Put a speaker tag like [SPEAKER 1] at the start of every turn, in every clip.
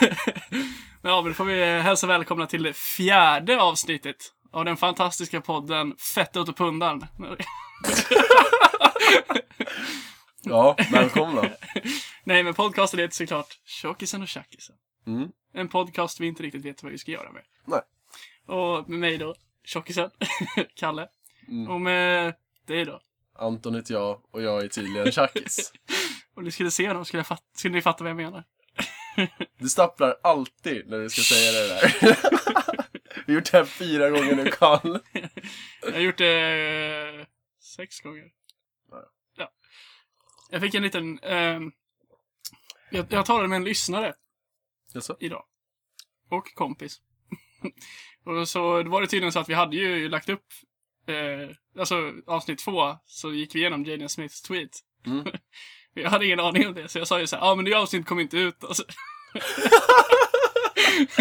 [SPEAKER 1] ja, men då får vi hälsa välkomna till det fjärde avsnittet av den fantastiska podden Fettet åt pundan.
[SPEAKER 2] Ja, välkomna.
[SPEAKER 1] Nej, men podcasten heter såklart Tjockisen och Tjackisen.
[SPEAKER 2] Mm.
[SPEAKER 1] En podcast vi inte riktigt vet vad vi ska göra med.
[SPEAKER 2] Nej.
[SPEAKER 1] Och med mig då, Tjockisen, Kalle.
[SPEAKER 2] Mm.
[SPEAKER 1] Och med dig då.
[SPEAKER 2] Anton heter jag och jag är tydligen tjackis.
[SPEAKER 1] Om ni skulle se dem skulle, jag fat- skulle ni fatta vad jag menar.
[SPEAKER 2] Du stapplar alltid när du ska säga det där. Vi har gjort det här fyra gånger nu, Karl.
[SPEAKER 1] Jag har gjort det eh, sex gånger.
[SPEAKER 2] Ja.
[SPEAKER 1] Ja. Jag fick en liten... ehm, jag, jag talade med en lyssnare
[SPEAKER 2] Jaså?
[SPEAKER 1] idag. Och kompis. och så då var det tydligen så att vi hade ju lagt upp, eh, alltså avsnitt två, så gick vi igenom Jaden Smiths tweet.
[SPEAKER 2] Mm.
[SPEAKER 1] jag hade ingen aning om det, så jag sa ju så här, ja ah, men det avsnittet kom inte ut alltså.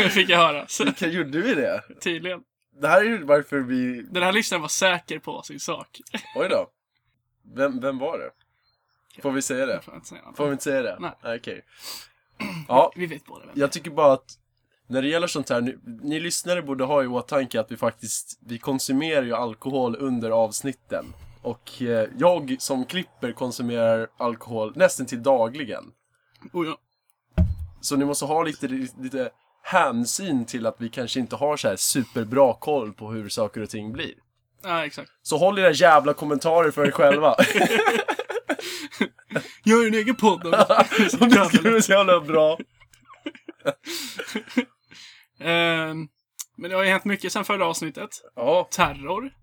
[SPEAKER 1] Fick jag höra. Så,
[SPEAKER 2] Vilka gjorde vi det?
[SPEAKER 1] tydligen.
[SPEAKER 2] Det här är ju varför vi...
[SPEAKER 1] Den här lyssnaren var säker på sin sak.
[SPEAKER 2] Oj då. Vem, vem var det? Får vi säga det?
[SPEAKER 1] Får jag inte säga något.
[SPEAKER 2] Får vi inte säga det?
[SPEAKER 1] Nej.
[SPEAKER 2] Okej. Ja,
[SPEAKER 1] Vi vet båda vem det är.
[SPEAKER 2] jag tycker bara att när det gäller sånt här, ni, ni lyssnare borde ha i åtanke att vi faktiskt, vi konsumerar ju alkohol under avsnitten. Och eh, jag som klipper konsumerar alkohol nästan till dagligen.
[SPEAKER 1] Oh, ja.
[SPEAKER 2] Så ni måste ha lite, lite hänsyn till att vi kanske inte har så här superbra koll på hur saker och ting blir.
[SPEAKER 1] ja, exakt.
[SPEAKER 2] Så håll era jävla kommentarer för er själva.
[SPEAKER 1] Gör en egen podd om
[SPEAKER 2] Som du skulle vara så jävla bra.
[SPEAKER 1] Ehm, Men det har ju hänt mycket sen förra avsnittet.
[SPEAKER 2] Ja,
[SPEAKER 1] Terror.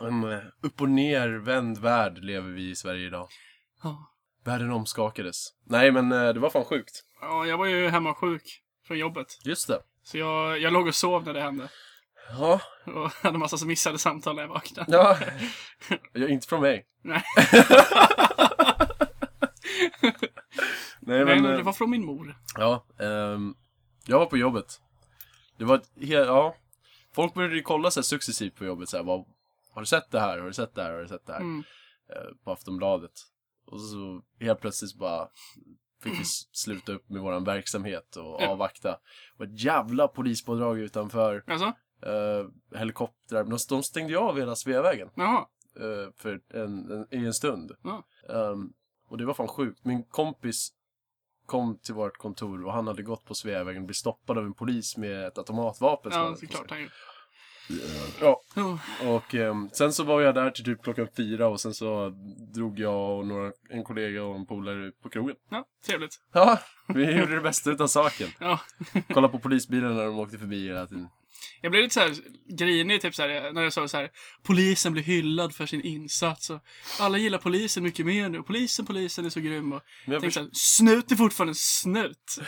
[SPEAKER 2] en eh, upp och nervänd värld lever vi i Sverige idag.
[SPEAKER 1] Ja.
[SPEAKER 2] Världen omskakades. Nej, men eh, det var fan sjukt.
[SPEAKER 1] Ja, jag var ju hemma sjuk från jobbet.
[SPEAKER 2] Just det.
[SPEAKER 1] Så jag, jag låg och sov när det hände.
[SPEAKER 2] Ja.
[SPEAKER 1] Och hade massa så missade samtal när jag vaknade.
[SPEAKER 2] ja. ja inte från mig.
[SPEAKER 1] Nej. Nej,
[SPEAKER 2] Nej, men...
[SPEAKER 1] men det
[SPEAKER 2] eh,
[SPEAKER 1] var från min mor.
[SPEAKER 2] Ja, ehm, jag var på jobbet. Det var ett helt, ja. Folk började ju kolla sig successivt på jobbet så här, bara, Har du sett det här? Har du sett det här? Har du sett det här?
[SPEAKER 1] Mm.
[SPEAKER 2] Eh, på Aftonbladet. Och så helt plötsligt bara fick vi s- sluta upp med våran verksamhet och
[SPEAKER 1] Ja.
[SPEAKER 2] avvakta. Det var ett jävla polispådrag utanför.
[SPEAKER 1] Alltså?
[SPEAKER 2] Eh, helikoptrar. De, de stängde ju av hela Sveavägen
[SPEAKER 1] Jaha.
[SPEAKER 2] eh, för en, en, i en stund.
[SPEAKER 1] Ja.
[SPEAKER 2] Ehm, och det var fan sjukt. Min kompis kom till vårt kontor och han hade gått på Sveavägen och blivit stoppad av en polis med ett automatvapen. som han
[SPEAKER 1] Ja,
[SPEAKER 2] hade på
[SPEAKER 1] såklart
[SPEAKER 2] sig.
[SPEAKER 1] han gjorde.
[SPEAKER 2] Ja,
[SPEAKER 1] Ja.
[SPEAKER 2] och ehm, sen så var jag där till typ klockan fyra och sen så drog jag och några, en kollega och en polare ut på krogen.
[SPEAKER 1] Ja, trevligt.
[SPEAKER 2] Ja, vi gjorde det bästa utav saken.
[SPEAKER 1] Ja.
[SPEAKER 2] Kolla på polisbilarna när de åkte förbi hela tiden.
[SPEAKER 1] Jag blev lite så här grinig typ så här, när jag såg så här. Polisen blir hyllad för sin insats och alla gillar polisen mycket mer nu. Polisen, polisen är så grym och
[SPEAKER 2] Men jag
[SPEAKER 1] tänkte så här, snut är fortfarande en snut.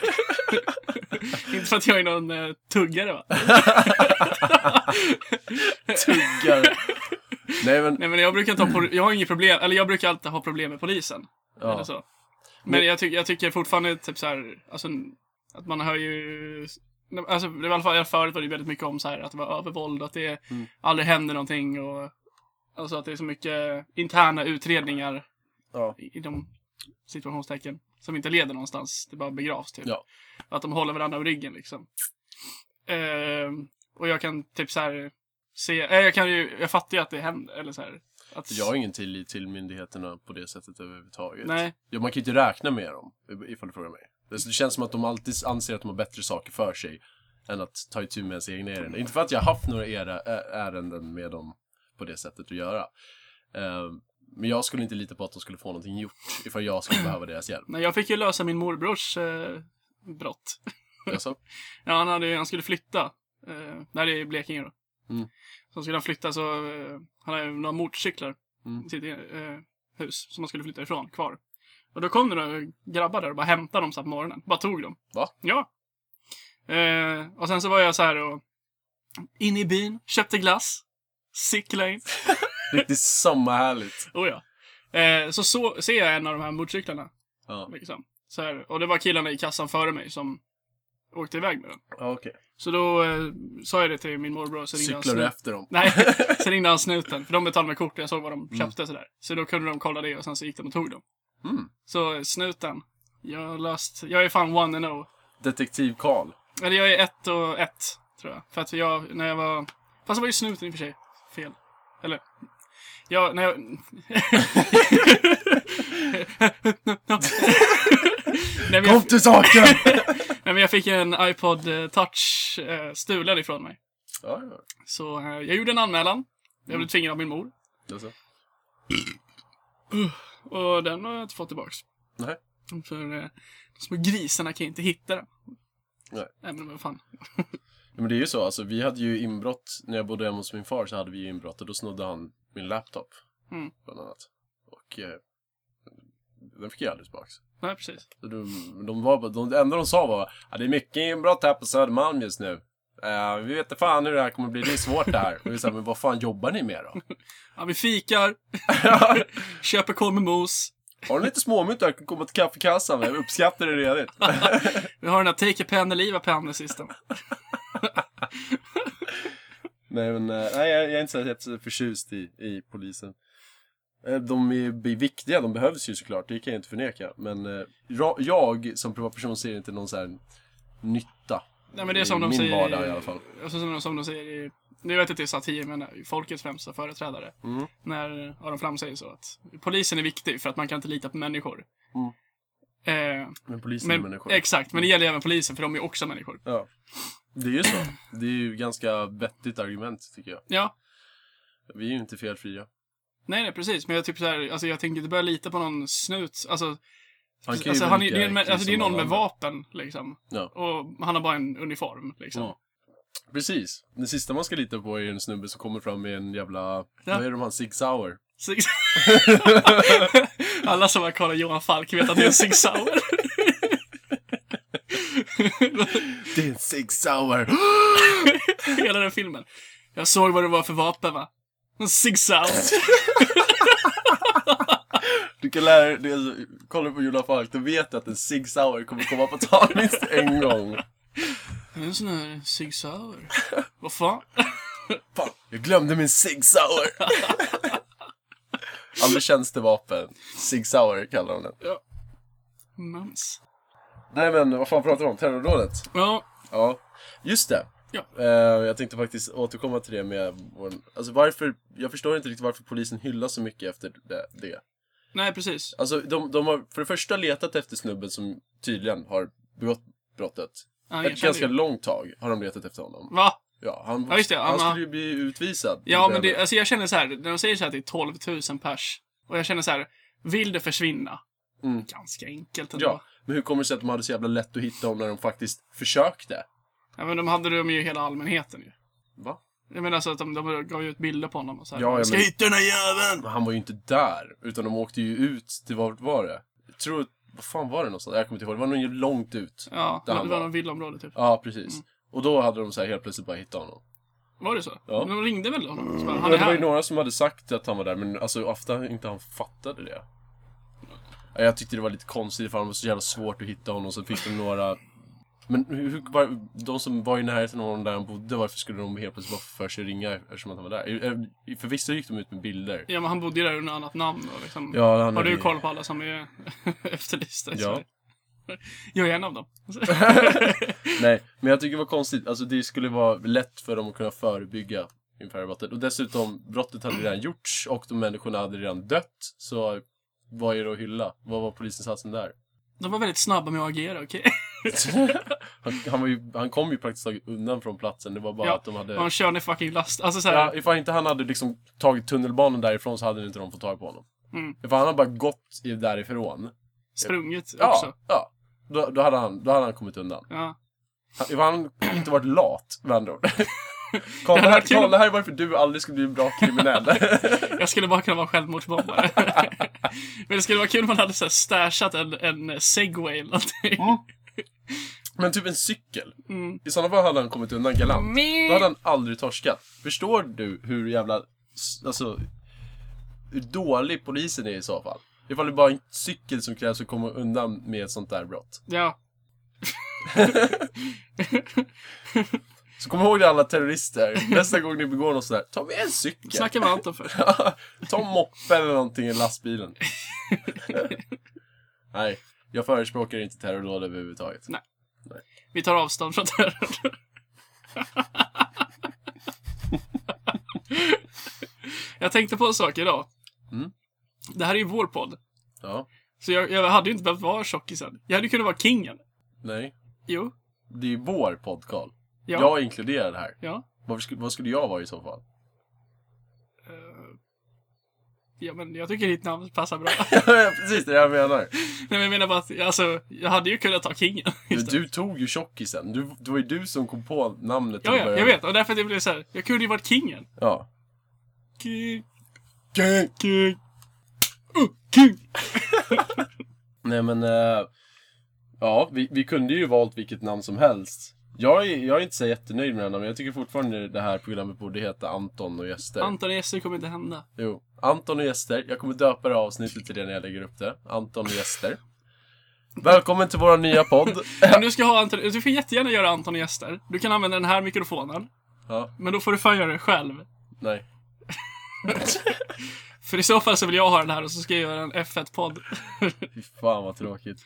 [SPEAKER 1] Inte för att jag är någon eh, tuggare va?
[SPEAKER 2] tuggar. Nej men,
[SPEAKER 1] Nej men jag brukar inte ha, pro- jag har inget problem, eller jag brukar alltid ha problem med polisen. Eller
[SPEAKER 2] ja.
[SPEAKER 1] så. Men jag, ty- jag tycker fortfarande typ så här, alltså att man hör ju Alltså, det var i alla fall, förut var det ju väldigt mycket om så här, att det var övervåld, att det
[SPEAKER 2] Mm.
[SPEAKER 1] aldrig händer någonting och alltså att det är så mycket interna utredningar
[SPEAKER 2] ja.
[SPEAKER 1] i de situationstecken som inte leder någonstans. Det bara begravs typ.
[SPEAKER 2] Ja.
[SPEAKER 1] Att de håller varandra om ryggen liksom. Ehm, och jag kan typ så här se, eh, jag kan ju, jag fattar ju att det händer, eller så här. Att,
[SPEAKER 2] Jag har ingen tillit till myndigheterna på det sättet överhuvudtaget.
[SPEAKER 1] Nej.
[SPEAKER 2] Ja, man kan ju inte räkna med dem, ifall du frågar mig. Det det känns som att de alltid anser att de har bättre saker för sig än att ta itu med ens egna ärenden. Inte för att jag har haft några era, ä- ärenden med dem på det sättet att göra. Eh, men jag skulle inte lita på att de skulle få någonting gjort ifall jag skulle behöva deras hjälp.
[SPEAKER 1] Nej, jag fick ju lösa min morbrors eh, brott.
[SPEAKER 2] Alltså,
[SPEAKER 1] Ja, han, hade, han skulle flytta. Eh, det här är i Blekinge då.
[SPEAKER 2] Mm.
[SPEAKER 1] Så han skulle han flytta så eh, han hade några motorcyklar
[SPEAKER 2] Mm.
[SPEAKER 1] i sitt eh, hus som han skulle flytta ifrån, kvar. Och då kom det några grabbar där och bara hämtade dem så här på morgonen. Bara tog dem.
[SPEAKER 2] Va?
[SPEAKER 1] Ja. Eh, och sen så var jag så här och in i byn, köpte glass, cyklade in.
[SPEAKER 2] riktigt samma härligt.
[SPEAKER 1] Oh, ja. eh, så, så ser jag en av de här motorcyklarna.
[SPEAKER 2] Ja,
[SPEAKER 1] Liksom. Så här, och det var killarna i kassan före mig som åkte iväg med den.
[SPEAKER 2] ja okej.
[SPEAKER 1] Så då eh, sa jag det till min morbror och så ringde han
[SPEAKER 2] Cyklar du
[SPEAKER 1] snuten.
[SPEAKER 2] efter dem?
[SPEAKER 1] Nej, så ringde han snuten. För de betalade med kort och jag såg vad de köpte sådär. Så då kunde de kolla det och sen så gick de och tog dem.
[SPEAKER 2] Mm.
[SPEAKER 1] Så eh, snuten. Jag har löst, jag är fan one and oh.
[SPEAKER 2] Detektiv Karl.
[SPEAKER 1] Eller jag är ett och ett, tror jag. För att jag, när jag var... Fast det var ju snuten i och för sig. Fel. Eller... Ja, när jag... Nej, men jag...
[SPEAKER 2] Kom till saken!
[SPEAKER 1] Nej, men jag fick en iPod eh, Touch eh, stulen ifrån mig.
[SPEAKER 2] ja, ja.
[SPEAKER 1] Så eh, jag gjorde en anmälan. Jag
[SPEAKER 2] Mm.
[SPEAKER 1] blev tvingad av min mor.
[SPEAKER 2] Alltså.
[SPEAKER 1] Och den har jag inte fått tillbaks.
[SPEAKER 2] Nej.
[SPEAKER 1] För eh, de små grisarna kan inte hitta den.
[SPEAKER 2] Nej.
[SPEAKER 1] men vad fan.
[SPEAKER 2] Ja, Men det är ju så, alltså, vi hade ju inbrott, när jag bodde hemma hos min far så hade vi ju inbrott och då snodde han min laptop.
[SPEAKER 1] Mm.
[SPEAKER 2] Bland annat. Och eh, den fick jag aldrig tillbaks.
[SPEAKER 1] Nej, precis.
[SPEAKER 2] Så de, de var, bara- de, det enda de sa var att det är mycket inbrott här på Södermalm just nu. Eh, vi vet inte fan hur det här kommer bli, det är svårt det här. Och vi sa, men vad fan jobbar ni med då?
[SPEAKER 1] Ja, vi fikar, köper korv med mos.
[SPEAKER 2] Har ni lite småmynt där kan komma till kaffekassan, jag uppskattar det redigt.
[SPEAKER 1] Vi har den här Take a pen, Eliva pen sista.
[SPEAKER 2] Nej, men eh, nej, jag, jag är inte så jätteförtjust i, i polisen. Eh, De är bi- viktiga, de behövs ju såklart, det kan jag inte förneka. Men eh, ra- jag som privatperson ser inte någon så här nytta.
[SPEAKER 1] Nej, men det är
[SPEAKER 2] i
[SPEAKER 1] som de
[SPEAKER 2] min
[SPEAKER 1] säger
[SPEAKER 2] vardag i alla fall.
[SPEAKER 1] Alltså, som, de- som de säger i... Nu vet jag inte det är satir, men eh, folkets främsta företrädare.
[SPEAKER 2] Mm.
[SPEAKER 1] När Aron Flam säger så att polisen är viktig för att man kan inte lita på människor.
[SPEAKER 2] Mm.
[SPEAKER 1] Eh,
[SPEAKER 2] Men polisen är
[SPEAKER 1] men,
[SPEAKER 2] människor. Mm.
[SPEAKER 1] exakt, men det gäller även polisen för de är också människor.
[SPEAKER 2] Ja. Det är ju så. Det är ju ganska vettigt argument, tycker jag.
[SPEAKER 1] Ja,
[SPEAKER 2] Vi är ju inte felfria.
[SPEAKER 1] nej, nej precis. Men jag, typ så här, alltså, jag tänker inte börja lita på någon snut. Alltså,
[SPEAKER 2] Han
[SPEAKER 1] alltså,
[SPEAKER 2] vara
[SPEAKER 1] han är,
[SPEAKER 2] lika
[SPEAKER 1] det, är en,
[SPEAKER 2] äcklig
[SPEAKER 1] alltså, det är
[SPEAKER 2] som
[SPEAKER 1] någon
[SPEAKER 2] alla
[SPEAKER 1] med
[SPEAKER 2] andra.
[SPEAKER 1] vapen, liksom.
[SPEAKER 2] Ja.
[SPEAKER 1] Och han har bara en uniform, liksom.
[SPEAKER 2] Ja. Precis. Det sista man ska lita på är en snubbe som kommer fram med en jävla... Vad är de han? Sig Sauer?
[SPEAKER 1] Så- Alla som har kollat Johan Falk vet att det är en Sig Sauer.
[SPEAKER 2] Det är en Sig Sauer!
[SPEAKER 1] Hela den filmen. Jag såg vad det var för vapen, va? En Sig Sauer.
[SPEAKER 2] Du kan lära dig... det är så- Kolla på Jonas Falk, du vet att en Sig Sauer kommer komma på tal minst en gång.
[SPEAKER 1] En sån här Sig Sauer. Vad fan?
[SPEAKER 2] Fan, jag glömde min Sig Sauer! Aldrig tjänstevapen. Sig Sauer kallar de den.
[SPEAKER 1] Mums.
[SPEAKER 2] Nej men, vad fan pratar vi om? Terrordådet?
[SPEAKER 1] Ja,
[SPEAKER 2] Ja, just det.
[SPEAKER 1] Ja.
[SPEAKER 2] Eh, jag tänkte faktiskt återkomma till det med vår, alltså varför, jag förstår inte riktigt varför polisen hyllas så mycket efter det. det.
[SPEAKER 1] nej precis.
[SPEAKER 2] Alltså de, de har för det första letat efter snubben som tydligen har begått brottet.
[SPEAKER 1] Ja, jag
[SPEAKER 2] Ett
[SPEAKER 1] kände
[SPEAKER 2] ganska
[SPEAKER 1] ju.
[SPEAKER 2] långt tag har de letat efter honom.
[SPEAKER 1] Va?
[SPEAKER 2] Ja, han,
[SPEAKER 1] Ja, just det.
[SPEAKER 2] han
[SPEAKER 1] Han-
[SPEAKER 2] skulle ju bli utvisad.
[SPEAKER 1] Ja, men det, alltså jag känner så här, när de säger så här att det är 12 000 pers, och jag känner så här, vill det försvinna?
[SPEAKER 2] Mm.
[SPEAKER 1] Ganska enkelt ändå.
[SPEAKER 2] Ja, men hur kommer det sig att de hade så jävla lätt att hitta honom när de faktiskt försökte?
[SPEAKER 1] ja men de hade de ju i hela allmänheten ju.
[SPEAKER 2] Va?
[SPEAKER 1] Jag menar alltså att de, de gav ju ut bilder på honom och så här,
[SPEAKER 2] Ja, ja,
[SPEAKER 1] "Vi ska
[SPEAKER 2] men-
[SPEAKER 1] hitta den här jäveln!
[SPEAKER 2] Men han var ju inte där, utan de åkte ju ut till, vart var det? Jag tror, vad fan var det någonstans? Jag kommer inte ihåg, det var nog långt ut.
[SPEAKER 1] Ja,
[SPEAKER 2] Där
[SPEAKER 1] det
[SPEAKER 2] han
[SPEAKER 1] var
[SPEAKER 2] var.
[SPEAKER 1] någon villaområde typ.
[SPEAKER 2] Ja, precis. Och då hade de så här helt plötsligt bara hittat honom.
[SPEAKER 1] Var det så?
[SPEAKER 2] Ja.
[SPEAKER 1] De ringde väl honom? Så bara,
[SPEAKER 2] Ja,
[SPEAKER 1] han är
[SPEAKER 2] det var ju
[SPEAKER 1] här.
[SPEAKER 2] några som hade sagt att han var där, men alltså ofta inte han fattade det. Ja, Jag tyckte det var lite konstigt för han var så jävla svårt att hitta honom, så fick de några... Men hur, hur- var, de som var i närheten av honom där han bodde, varför skulle de helt plötsligt bara få för sig att ringa eftersom att han var där? Eh, Förvisso gick de ut med bilder.
[SPEAKER 1] Ja, men han bodde ju där under annat namn då, liksom.
[SPEAKER 2] Ja, han
[SPEAKER 1] Har
[SPEAKER 2] hade-
[SPEAKER 1] du koll på alla som är efterlysta i
[SPEAKER 2] Ja.
[SPEAKER 1] Sverige? Jag är en av dem.
[SPEAKER 2] Nej, men jag tycker det var konstigt. Alltså det skulle vara lätt för dem att kunna förebygga infärgbrottet. Och dessutom, brottet hade redan gjorts och de människorna hade redan dött. Så vad är det att hylla? Vad var polisens hatsen där?
[SPEAKER 1] De var väldigt snabba med att agera, okej?
[SPEAKER 2] han, han, var ju, han kom ju praktiskt taget undan från platsen. Det var bara
[SPEAKER 1] Ja,
[SPEAKER 2] att de hade...
[SPEAKER 1] Och han kör ner fucking last. Alltså så här,
[SPEAKER 2] Ja, ifall inte han hade liksom tagit tunnelbanan därifrån så hade inte de fått tag på honom.
[SPEAKER 1] Mm.
[SPEAKER 2] Ifall han hade bara gått i- därifrån.
[SPEAKER 1] sprungit
[SPEAKER 2] Ja,
[SPEAKER 1] också.
[SPEAKER 2] ja. Då, då, hade han, då hade han kommit undan.
[SPEAKER 1] Ja.
[SPEAKER 2] Han- Ifall han inte varit lat, med andra ord. Kolla,
[SPEAKER 1] hade
[SPEAKER 2] här,
[SPEAKER 1] varit kul.
[SPEAKER 2] kolla här är varför du aldrig skulle bli en bra kriminell.
[SPEAKER 1] Jag skulle bara kunna vara självmordsbombare. men det skulle vara kul om man hade så här stashat en, en segway eller någonting.
[SPEAKER 2] Men typ en cykel.
[SPEAKER 1] Mm.
[SPEAKER 2] I sådana fall hade han kommit undan galant. Då hade han aldrig torskat. Förstår du hur jävla, s- alltså, hur dålig polisen är i så fall? Ifall det bara är en cykel som krävs för att komma undan med ett sånt där brott.
[SPEAKER 1] Ja.
[SPEAKER 2] Så kom ihåg det alla terrorister. Nästa gång ni begår något sådär, ta med en cykel.
[SPEAKER 1] Snacka med Anton för.
[SPEAKER 2] Ta moppen eller någonting i lastbilen. Nej, jag förespråkar inte terrordåd överhuvudtaget.
[SPEAKER 1] Nej.
[SPEAKER 2] Nej.
[SPEAKER 1] Vi tar avstånd från terrorn. jag tänkte på en sak idag.
[SPEAKER 2] Mm.
[SPEAKER 1] Det här är ju vår podd.
[SPEAKER 2] Ja.
[SPEAKER 1] Så jag, jag hade ju inte behövt vara tjockisen. Jag hade ju kunnat vara kingen.
[SPEAKER 2] Nej.
[SPEAKER 1] Jo.
[SPEAKER 2] Det är ju vår podd, Carl.
[SPEAKER 1] Ja.
[SPEAKER 2] Jag inkluderar det här.
[SPEAKER 1] Ja.
[SPEAKER 2] Varför skulle, vad skulle jag vara i så fall?
[SPEAKER 1] Eh, ja, men jag tycker ditt namn passar bra.
[SPEAKER 2] Precis, det är det jag menar.
[SPEAKER 1] Nej, men jag menar bara att alltså, jag hade ju kunnat ta kingen.
[SPEAKER 2] Du,
[SPEAKER 1] istället.
[SPEAKER 2] du tog ju tjockisen. Du, det var ju du som kom på namnet.
[SPEAKER 1] Ja,
[SPEAKER 2] till
[SPEAKER 1] ja,
[SPEAKER 2] början.
[SPEAKER 1] jag vet. Och därför det blev så här. Jag kunde ju varit kingen.
[SPEAKER 2] Ja.
[SPEAKER 1] King,
[SPEAKER 2] Gang.
[SPEAKER 1] king. Uh, king.
[SPEAKER 2] Nej men, eh, ja, vi, vi kunde ju valt vilket namn som helst. Jag är, jag är inte så jättenöjd med den men jag tycker fortfarande det här programmet borde heta Anton och gäster.
[SPEAKER 1] Anton och Jesse kommer inte hända.
[SPEAKER 2] jo, Anton och gäster. Jag kommer döpa det här avsnittet till det när jag lägger upp det. Anton och gäster. Välkommen till vår nya podd.
[SPEAKER 1] Men du ska ha Anton, du får jättegärna göra Anton och gäster. Du kan använda den här mikrofonen.
[SPEAKER 2] Ja,
[SPEAKER 1] Men då får du fan göra det själv.
[SPEAKER 2] nej.
[SPEAKER 1] För i så fall så vill jag ha den här och så ska jag göra en F1-podd.
[SPEAKER 2] Fy fan vad tråkigt.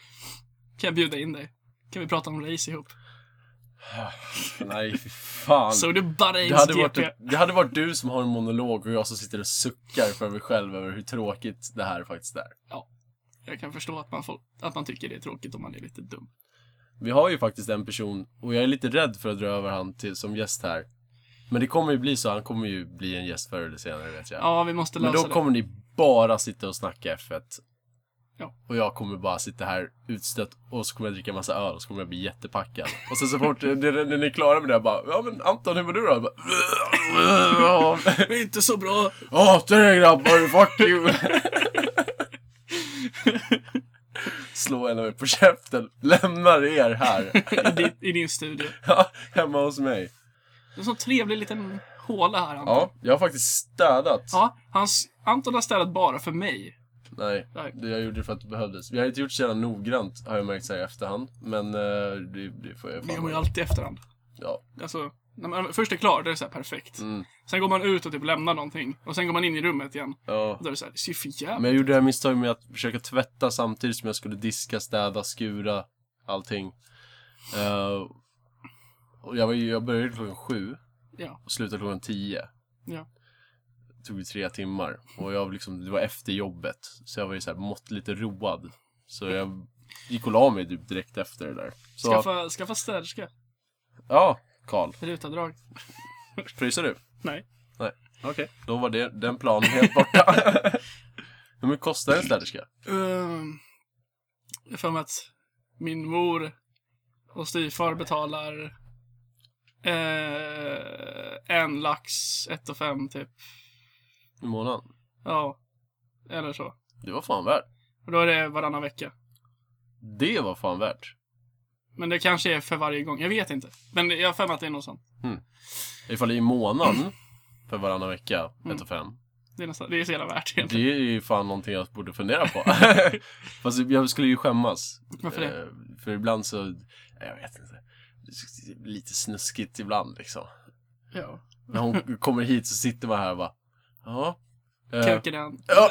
[SPEAKER 1] kan jag bjuda in dig. Kan vi prata om race ihop.
[SPEAKER 2] Ah, Nej, fy fan.
[SPEAKER 1] Så du
[SPEAKER 2] Alltså, Det
[SPEAKER 1] Bahrains
[SPEAKER 2] hade,
[SPEAKER 1] GP.
[SPEAKER 2] varit, det hade varit du som har en monolog och jag som sitter och suckar för mig själv över hur tråkigt det här faktiskt är.
[SPEAKER 1] Jag kan förstå att man, får, att man tycker det är tråkigt om man är lite dum.
[SPEAKER 2] Vi har ju faktiskt en person, och jag är lite rädd för att dra över han till, som gäst här. Men det kommer ju bli så, han kommer ju bli en gäst förr eller senare vet jag.
[SPEAKER 1] Ja, vi måste
[SPEAKER 2] Men
[SPEAKER 1] lösa
[SPEAKER 2] då
[SPEAKER 1] det.
[SPEAKER 2] kommer ni bara sitta och snacka F1.
[SPEAKER 1] Ja.
[SPEAKER 2] Och jag kommer bara sitta här utstött och så kommer jag dricka massa öl och så kommer jag bli jättepackad. Och sen så fort det- det- när ni är klara med det här bara, ja men Anton hur mår du då? Jag bara,
[SPEAKER 1] Det är inte så bra.
[SPEAKER 2] Hatar er grabbar, fuck you! Slå en av er på käften, lämnar er här.
[SPEAKER 1] I din, I din studio.
[SPEAKER 2] Ja, Hemma hos mig.
[SPEAKER 1] Det är en sån trevlig liten håla här, Anton.
[SPEAKER 2] Ja, jag har faktiskt städat.
[SPEAKER 1] Ja, hans, Anton har städat bara för mig.
[SPEAKER 2] Nej,
[SPEAKER 1] Nej.
[SPEAKER 2] det jag gjorde det för att det behövdes. Jag har inte gjort så jävla noggrant, har jag märkt så här i efterhand. Men eh, det, det får jag
[SPEAKER 1] Det gör
[SPEAKER 2] fan
[SPEAKER 1] man ju alltid i efterhand.
[SPEAKER 2] Ja.
[SPEAKER 1] Alltså, när man först är klar, då är det så här perfekt.
[SPEAKER 2] Mm.
[SPEAKER 1] Sen går man ut och typ lämnar någonting. Och sen går man in i rummet igen.
[SPEAKER 2] ja.
[SPEAKER 1] Och då är det så här, det ser ju för jävligt
[SPEAKER 2] Men jag gjorde det här misstaget med att försöka tvätta samtidigt som jag skulle diska, städa, skura, allting. Eh, och jag, var, ju- jag började klockan sju.
[SPEAKER 1] Ja.
[SPEAKER 2] och slutade klockan 10.
[SPEAKER 1] Ja.
[SPEAKER 2] Det tog ju tre timmar och jag var liksom, det var efter jobbet. Så jag var ju så här mått lite road. Så jag gick och la mig typ direkt efter det där. Så,
[SPEAKER 1] Skaffa, skaffa städerska.
[SPEAKER 2] Ja, Karl.
[SPEAKER 1] Rutavdrag.
[SPEAKER 2] Pröjsar du?
[SPEAKER 1] Nej.
[SPEAKER 2] Nej. Okej. Då var det, den planen helt borta. Men hur kostar en städerska?
[SPEAKER 1] Ehm, Jag har för mig att min mor och styvfar betalar eh, en lax, ett och fem typ.
[SPEAKER 2] I månaden?
[SPEAKER 1] Ja, eller så.
[SPEAKER 2] Det var fan värt.
[SPEAKER 1] Och då är det varannan vecka.
[SPEAKER 2] Det var fan värt.
[SPEAKER 1] Men det kanske är för varje gång. Jag vet inte. Men jag har för mig att det är något sånt.
[SPEAKER 2] Ifall det är i månaden för varannan vecka, ett och fem.
[SPEAKER 1] Det är, nästan, det är så jävla värt egentligen.
[SPEAKER 2] Det är ju fan någonting jag borde fundera på. Fast jag skulle ju skämmas.
[SPEAKER 1] Varför det?
[SPEAKER 2] Eh, För ibland så, nej, jag vet inte. Det är Lite snuskigt ibland liksom.
[SPEAKER 1] Ja.
[SPEAKER 2] När hon kommer hit så sitter man här och bara, ja. Eh,
[SPEAKER 1] Kuken i hand.
[SPEAKER 2] ja.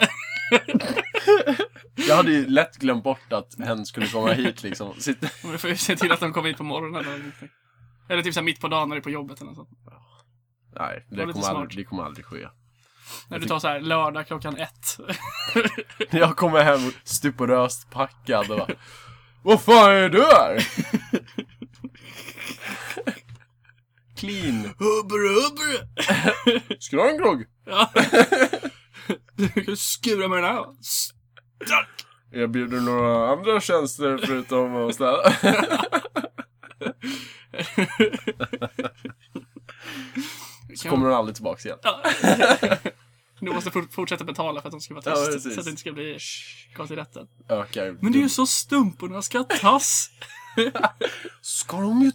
[SPEAKER 2] Jag hade ju lätt glömt bort att hen skulle komma hit liksom. Sitta...
[SPEAKER 1] Men Du får ju se till att de kommer hit på morgonen eller någonting. Eller typ så här mitt på dagen när du är på jobbet eller något sånt.
[SPEAKER 2] Nej,
[SPEAKER 1] Var
[SPEAKER 2] det
[SPEAKER 1] lite
[SPEAKER 2] kommer,
[SPEAKER 1] smart.
[SPEAKER 2] aldrig, det kommer aldrig ske.
[SPEAKER 1] När du tar så här lördag klockan ett.
[SPEAKER 2] Jag kommer hem stuporöst packad och bara, Vad fan är du här? Clean.
[SPEAKER 1] Hubbre, hubbre!
[SPEAKER 2] Ska du ha en grogg?
[SPEAKER 1] Ja. Du kan skura med den här. Stark!
[SPEAKER 2] Erbjuder några andra tjänster förutom att städa? Så kommer hon aldrig tillbaks igen.
[SPEAKER 1] Ja. Du måste for- fortsätta betala för att de ska vara
[SPEAKER 2] Ja,
[SPEAKER 1] tyst.
[SPEAKER 2] precis.
[SPEAKER 1] så att det inte ska bli gott i rätten.
[SPEAKER 2] Ökar.
[SPEAKER 1] Men det är ju så stumporna ska tas!
[SPEAKER 2] Ska de ju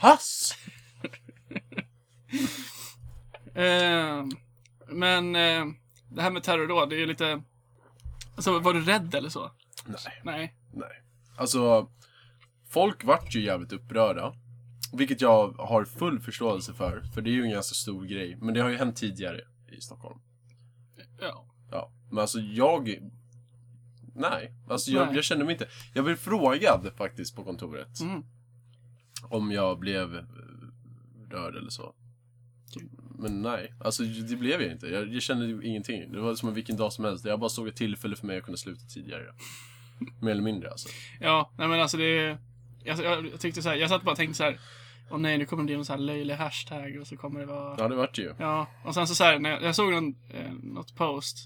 [SPEAKER 2] tass?
[SPEAKER 1] Eh, men eh, det här med terror då, det är ju lite... Alltså, var du rädd eller så?
[SPEAKER 2] Nej,
[SPEAKER 1] Nej.
[SPEAKER 2] nej. Alltså, folk vart ju jävligt upprörda. Vilket jag har full förståelse för. För det är ju en ganska stor grej. Men det har ju hänt tidigare i Stockholm.
[SPEAKER 1] Ja.
[SPEAKER 2] Ja. Men alltså jag... Nej. Alltså jag,
[SPEAKER 1] Nej.
[SPEAKER 2] jag kände mig inte... Jag blev frågad faktiskt på kontoret.
[SPEAKER 1] Mm.
[SPEAKER 2] Om jag blev eh, rörd eller så.
[SPEAKER 1] Okej.
[SPEAKER 2] Men nej, alltså det blev jag inte. Jag, jag kände ju ingenting. Det var som vilken dag som helst. Jag bara såg ett tillfälle för mig att kunna sluta tidigare. Mer eller mindre alltså.
[SPEAKER 1] Ja, nej men alltså det... Jag, jag, jag tyckte så här, jag satt bara och tänkte så här. Åh nej, nu kommer det bli någon så här löjlig hashtag och så kommer det vara...
[SPEAKER 2] Ja, det vart det ju.
[SPEAKER 1] Ja, och sen så, så här, när jag, jag såg någon, eh, något post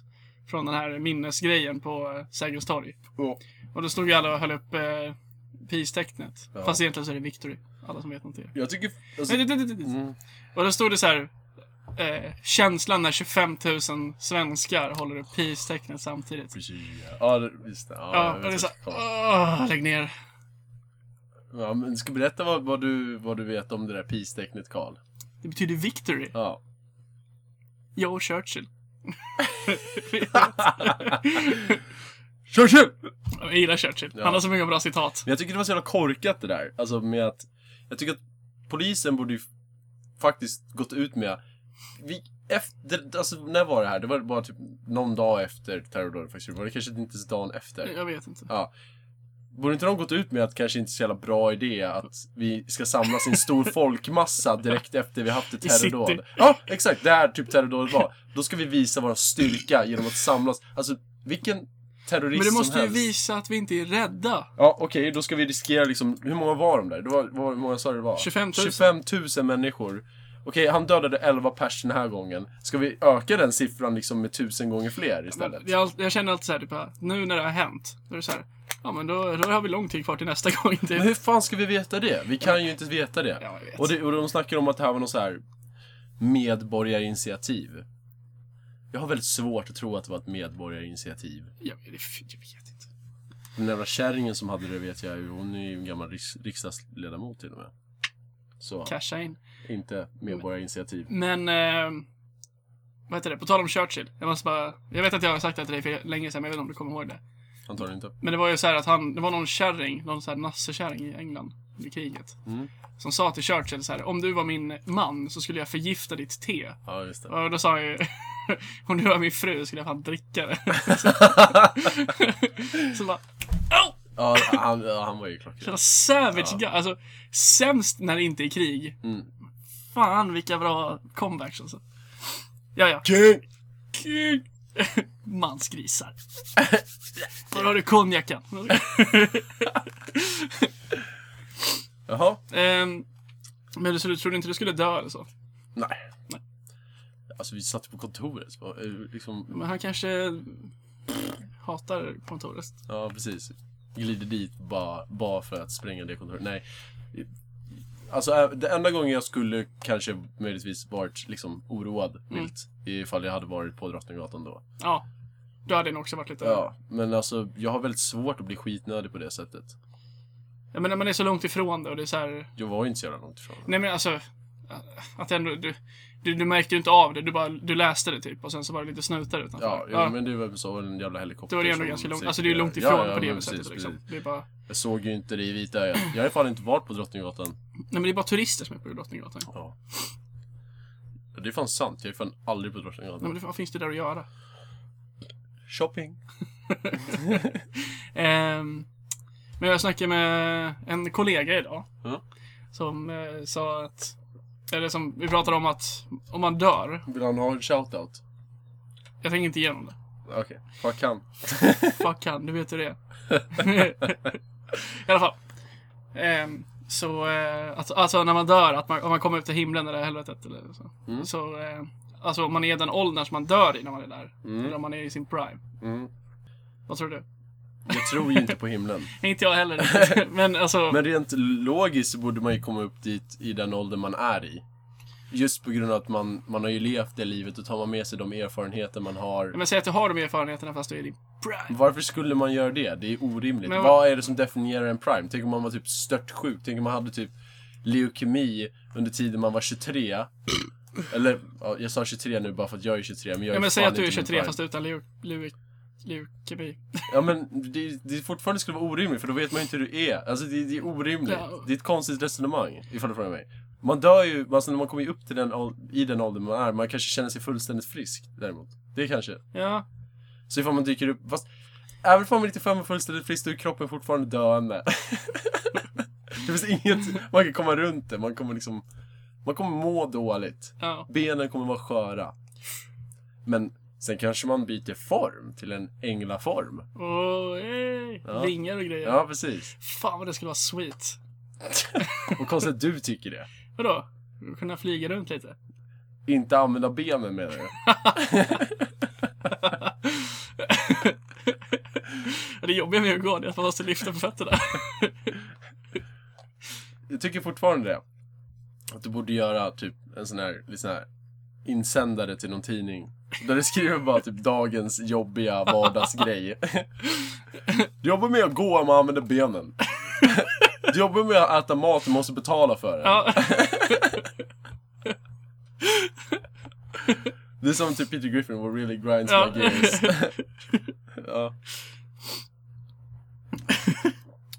[SPEAKER 1] från den här minnesgrejen på eh, Sergels torg.
[SPEAKER 2] Ja.
[SPEAKER 1] Och då stod ju alla och höll upp eh, peace-tecknet.
[SPEAKER 2] Ja.
[SPEAKER 1] Fast egentligen så är det victory, alla som vet någonting.
[SPEAKER 2] Jag tycker... Alltså,
[SPEAKER 1] Mm.
[SPEAKER 2] mm,
[SPEAKER 1] Och då stod det så här. Eh, känslan när 25 000 svenskar håller upp peace-tecknet samtidigt.
[SPEAKER 2] precis. Ja, det- visst. Ja, jag
[SPEAKER 1] Ja, och
[SPEAKER 2] vet
[SPEAKER 1] det är
[SPEAKER 2] vad
[SPEAKER 1] så
[SPEAKER 2] jag ska komma.
[SPEAKER 1] här, åh, lägg ner.
[SPEAKER 2] ja, men ska berätta vad, vad, du, vad du vet om det där peace-tecknet, Karl.
[SPEAKER 1] Det betyder victory.
[SPEAKER 2] Ja.
[SPEAKER 1] Jag och Churchill.
[SPEAKER 2] Kör, kör!
[SPEAKER 1] jag gillar Churchill.
[SPEAKER 2] Ja.
[SPEAKER 1] Han har så många bra citat.
[SPEAKER 2] Men jag tycker det var så jävla korkat det där. Alltså med att... Jag tycker att polisen borde ju faktiskt gått ut med... Vi, efter, alltså när var det här? Det var bara typ någon dag efter terrordådet faktiskt. Det var det kanske inte ens dagen efter.
[SPEAKER 1] Jag vet inte.
[SPEAKER 2] Borde inte de gått ut med att kanske inte så jävla bra idé att vi ska samlas i en stor folkmassa direkt efter vi haft ett
[SPEAKER 1] I city.
[SPEAKER 2] terrordåd? Ja, exakt. Där typ terrordådet var. Då ska vi visa vår styrka genom att samlas. Alltså, vilken terrorist
[SPEAKER 1] Men det
[SPEAKER 2] som
[SPEAKER 1] måste ju
[SPEAKER 2] helst.
[SPEAKER 1] visa att vi inte är rädda.
[SPEAKER 2] Ja, okej, då ska vi riskera liksom, hur många var de där? Det var, var, hur många sa du det var?
[SPEAKER 1] 25 000.
[SPEAKER 2] 25 000 människor. Okej, han dödade 11 pers den här gången. Ska vi öka den siffran liksom med tusen gånger fler istället?
[SPEAKER 1] Men Jag, jag känner alltid såhär, typ, att nu när det har hänt, då är det såhär, ja men då, då har vi lång tid kvar till nästa gång. Typ.
[SPEAKER 2] Men hur fan ska vi veta det? Vi kan ju inte veta det.
[SPEAKER 1] Ja, jag vet.
[SPEAKER 2] Och, det, och de snackar om att det här var något så här medborgarinitiativ. Jag har väldigt svårt att tro att det var ett medborgarinitiativ.
[SPEAKER 1] Jag, jag, jag vet inte.
[SPEAKER 2] Den jävla kärringen som hade det vet jag ju, hon är ju en gammal riks, riksdagsledamot till och med. Så,
[SPEAKER 1] Casha in.
[SPEAKER 2] inte medborgarinitiativ.
[SPEAKER 1] Men, eh, vad heter det? På tal om Churchill. Jag måste bara, jag vet att jag har sagt det till dig för länge sedan, men jag vet inte om du kommer ihåg det.
[SPEAKER 2] Antagligen inte.
[SPEAKER 1] Men det var ju så här att han, det var någon kärring, någon så här nassekärring i England under kriget.
[SPEAKER 2] Mm.
[SPEAKER 1] Som sa till Churchill så här, om du var min man så skulle jag förgifta ditt te.
[SPEAKER 2] Ja, just det.
[SPEAKER 1] Och då sa han ju, om du var min fru skulle jag fan dricka det. så bara, oh!
[SPEAKER 2] ja, han, ja, han var ju klockren.
[SPEAKER 1] Jävla savage
[SPEAKER 2] Ja.
[SPEAKER 1] guy. Alltså, sämst när det inte är krig.
[SPEAKER 2] Mm.
[SPEAKER 1] Fan vilka bra comebacks alltså. Ja, ja.
[SPEAKER 2] King!
[SPEAKER 1] Krig. Mansgrisar. Var har du konjaken?
[SPEAKER 2] Jaha.
[SPEAKER 1] Ehm, men så du trodde inte du skulle dö eller så?
[SPEAKER 2] Nej.
[SPEAKER 1] Nej.
[SPEAKER 2] Alltså vi satt på kontoret. så, eh, Liksom,
[SPEAKER 1] Men han kanske hatar kontoret.
[SPEAKER 2] ja, precis. Glider dit bara, bara för att spränga det kontoret. Nej. Alltså eh, det enda gången jag skulle kanske möjligtvis varit liksom
[SPEAKER 1] Mm.
[SPEAKER 2] oroad milt. Ifall jag hade varit på Drottninggatan då.
[SPEAKER 1] Ja. Då hade den också varit lite...
[SPEAKER 2] Ja, men alltså jag har väldigt svårt att bli skitnödig på det sättet.
[SPEAKER 1] Jag menar, man är så långt ifrån det och det är så här...
[SPEAKER 2] Jag var ju inte så jävla långt ifrån.
[SPEAKER 1] Nej men alltså, att ändå, du, du, du märkte ju inte av det, du bara, du läste det typ och sen så var det lite snutar utanför.
[SPEAKER 2] Ja, ja, men det var väl så en
[SPEAKER 1] Då
[SPEAKER 2] jävla helikopter.
[SPEAKER 1] är det ändå
[SPEAKER 2] som
[SPEAKER 1] ganska långt,
[SPEAKER 2] cirkulerar.
[SPEAKER 1] alltså det är ju långt
[SPEAKER 2] Ja,
[SPEAKER 1] ifrån
[SPEAKER 2] ja,
[SPEAKER 1] på det
[SPEAKER 2] men
[SPEAKER 1] sättet
[SPEAKER 2] precis,
[SPEAKER 1] liksom.
[SPEAKER 2] precis.
[SPEAKER 1] Det är bara,
[SPEAKER 2] Jag såg ju inte det i vita ögat. Jag har fan inte varit på Drottninggatan.
[SPEAKER 1] nej men det är bara turister som är på Drottninggatan. Nej
[SPEAKER 2] Ja. Det är fan sant. Jag är fan aldrig på Drottninggatan.
[SPEAKER 1] men det, vad finns det där att göra?
[SPEAKER 2] Shopping.
[SPEAKER 1] Ehm, men jag snackade med en kollega idag.
[SPEAKER 2] Mm.
[SPEAKER 1] Som eh, sa att, eller som vi pratade om att om man dör,
[SPEAKER 2] Vill han ha en shoutout?
[SPEAKER 1] jag tänker inte igenom det.
[SPEAKER 2] Okej. Fuck han.
[SPEAKER 1] Fuck han, du vet hur det är. I alla fall. Ehm, så, eh, alltså, alltså när man dör, att man, om man kommer upp till himlen eller helvetet eller så.
[SPEAKER 2] Mm.
[SPEAKER 1] så eh, alltså om man är i den åldern som man dör i när man är där. Eller
[SPEAKER 2] Mm.
[SPEAKER 1] om man är i sin prime.
[SPEAKER 2] Mm.
[SPEAKER 1] Vad tror du?
[SPEAKER 2] Jag tror ju inte på himlen.
[SPEAKER 1] Inte jag heller. men alltså,
[SPEAKER 2] Men rent logiskt så borde man ju komma upp dit i den ålder man är i. Just på grund av att man, man har ju levt det livet och tar man med sig de erfarenheter man har.
[SPEAKER 1] men säg att du har de erfarenheterna fast du är i din prime.
[SPEAKER 2] Varför skulle man göra det? Det är orimligt.
[SPEAKER 1] Men-
[SPEAKER 2] Vad är det som definierar en prime? Tänk om man var typ störtsjuk? Tänk om man hade typ leukemi under tiden man var 23? Eller, ja, jag sa 23 nu bara för att jag är 23, men jag är
[SPEAKER 1] Ja, men säg
[SPEAKER 2] fan
[SPEAKER 1] att du är
[SPEAKER 2] inte min
[SPEAKER 1] 23
[SPEAKER 2] prime.
[SPEAKER 1] fast utan leu- leu- leukemi.
[SPEAKER 2] Ja men det, det fortfarande skulle vara orimligt för då vet man ju inte hur du är. Alltså det, det är orimligt.
[SPEAKER 1] Ja.
[SPEAKER 2] Det är ett konstigt resonemang ifall du frågar mig. Man dör ju, alltså när man kommer upp till den, ål- i den åldern man är, man kanske känner sig fullständigt frisk däremot. Det kanske.
[SPEAKER 1] Ja,
[SPEAKER 2] Så ifall man dyker upp, fast även om man är 95 och fullständigt frisk, då är kroppen fortfarande döende. Det finns inget man kan komma runt det. Man kommer liksom... Man kommer må dåligt.
[SPEAKER 1] Ja.
[SPEAKER 2] Benen kommer vara sköra. Men sen kanske man byter form till en änglaform.
[SPEAKER 1] Och, hey,
[SPEAKER 2] Ja.
[SPEAKER 1] Vingar och grejer.
[SPEAKER 2] Ja, precis.
[SPEAKER 1] Fan vad det skulle vara sweet.
[SPEAKER 2] Och konstigt att du tycker det.
[SPEAKER 1] Vadå? Kunna flyga runt lite?
[SPEAKER 2] Inte använda benen menar du?
[SPEAKER 1] det jobbiga med att gå det är att man måste lyfta på fötterna.
[SPEAKER 2] Jag tycker fortfarande det. Att du borde göra typ en sån här, lite sån här insändare till någon tidning. Där du skriver bara typ dagens jobbiga vardagsgrej. Du jobbar med att gå om man använder benen. Du jobbar med att äta mat du måste betala för det.
[SPEAKER 1] ja.
[SPEAKER 2] Det är som typ Peter Griffin, who really grinds
[SPEAKER 1] ja.
[SPEAKER 2] my gears. Ja.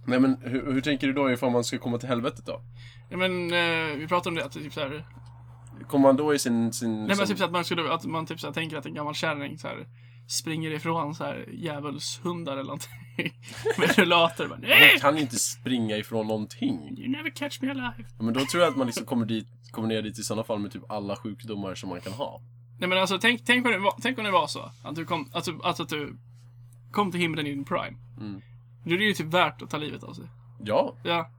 [SPEAKER 2] Nej men hur, hur tänker du då ifall man ska komma till helvetet då?
[SPEAKER 1] ja men eh, vi pratade om det, att det typ så här.
[SPEAKER 2] Kommer man då i sin... sin
[SPEAKER 1] Nej men
[SPEAKER 2] liksom-
[SPEAKER 1] typ så att man, skulle, att man typ så här, tänker att en gammal kärring så här, springer ifrån så här djävulshundar eller någonting. med rullator. Bara,
[SPEAKER 2] Man
[SPEAKER 1] Nej!
[SPEAKER 2] kan inte springa ifrån någonting.
[SPEAKER 1] You never catch me alive.
[SPEAKER 2] Ja, Men då tror jag att man liksom kommer, dit, kommer ner dit i sådana fall med typ alla sjukdomar som man kan ha.
[SPEAKER 1] Nej men alltså tänk, tänk, om, det var, tänk om det var så. Att du kom, att du, alltså, att du kom till himlen i din prime.
[SPEAKER 2] Mm.
[SPEAKER 1] Då är det ju typ värt att ta livet av sig.
[SPEAKER 2] Ja.
[SPEAKER 1] Ja,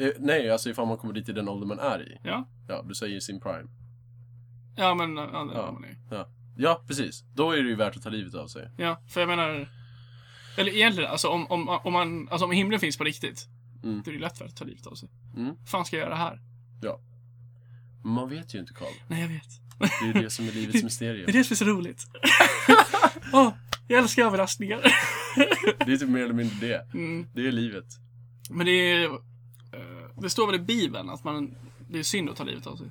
[SPEAKER 2] Eh, Nej, alltså ifall man kommer dit i den ålder man är i.
[SPEAKER 1] ja.
[SPEAKER 2] Ja, du säger sin prime.
[SPEAKER 1] Ja men, ja, det
[SPEAKER 2] Ja.
[SPEAKER 1] man ju.
[SPEAKER 2] Ja, ja precis. Då är det ju värt att ta livet av sig.
[SPEAKER 1] Ja, för jag menar... Eller egentligen, alltså om, om, om, man, alltså om himlen finns på riktigt,
[SPEAKER 2] Mm.
[SPEAKER 1] då är det lätt för att ta livet av sig.
[SPEAKER 2] Mm.
[SPEAKER 1] fan ska jag göra här?
[SPEAKER 2] Men man vet ju inte, Karl.
[SPEAKER 1] Nej, jag vet.
[SPEAKER 2] Det är ju det som är livets mysterium.
[SPEAKER 1] Det är det som är så roligt. Åh, jag älskar överraskningar.
[SPEAKER 2] Det är typ mer eller mindre det.
[SPEAKER 1] mm.
[SPEAKER 2] Det är livet.
[SPEAKER 1] Men det är... eh, Det står väl i Bibeln att man... Det är synd att ta livet av sig.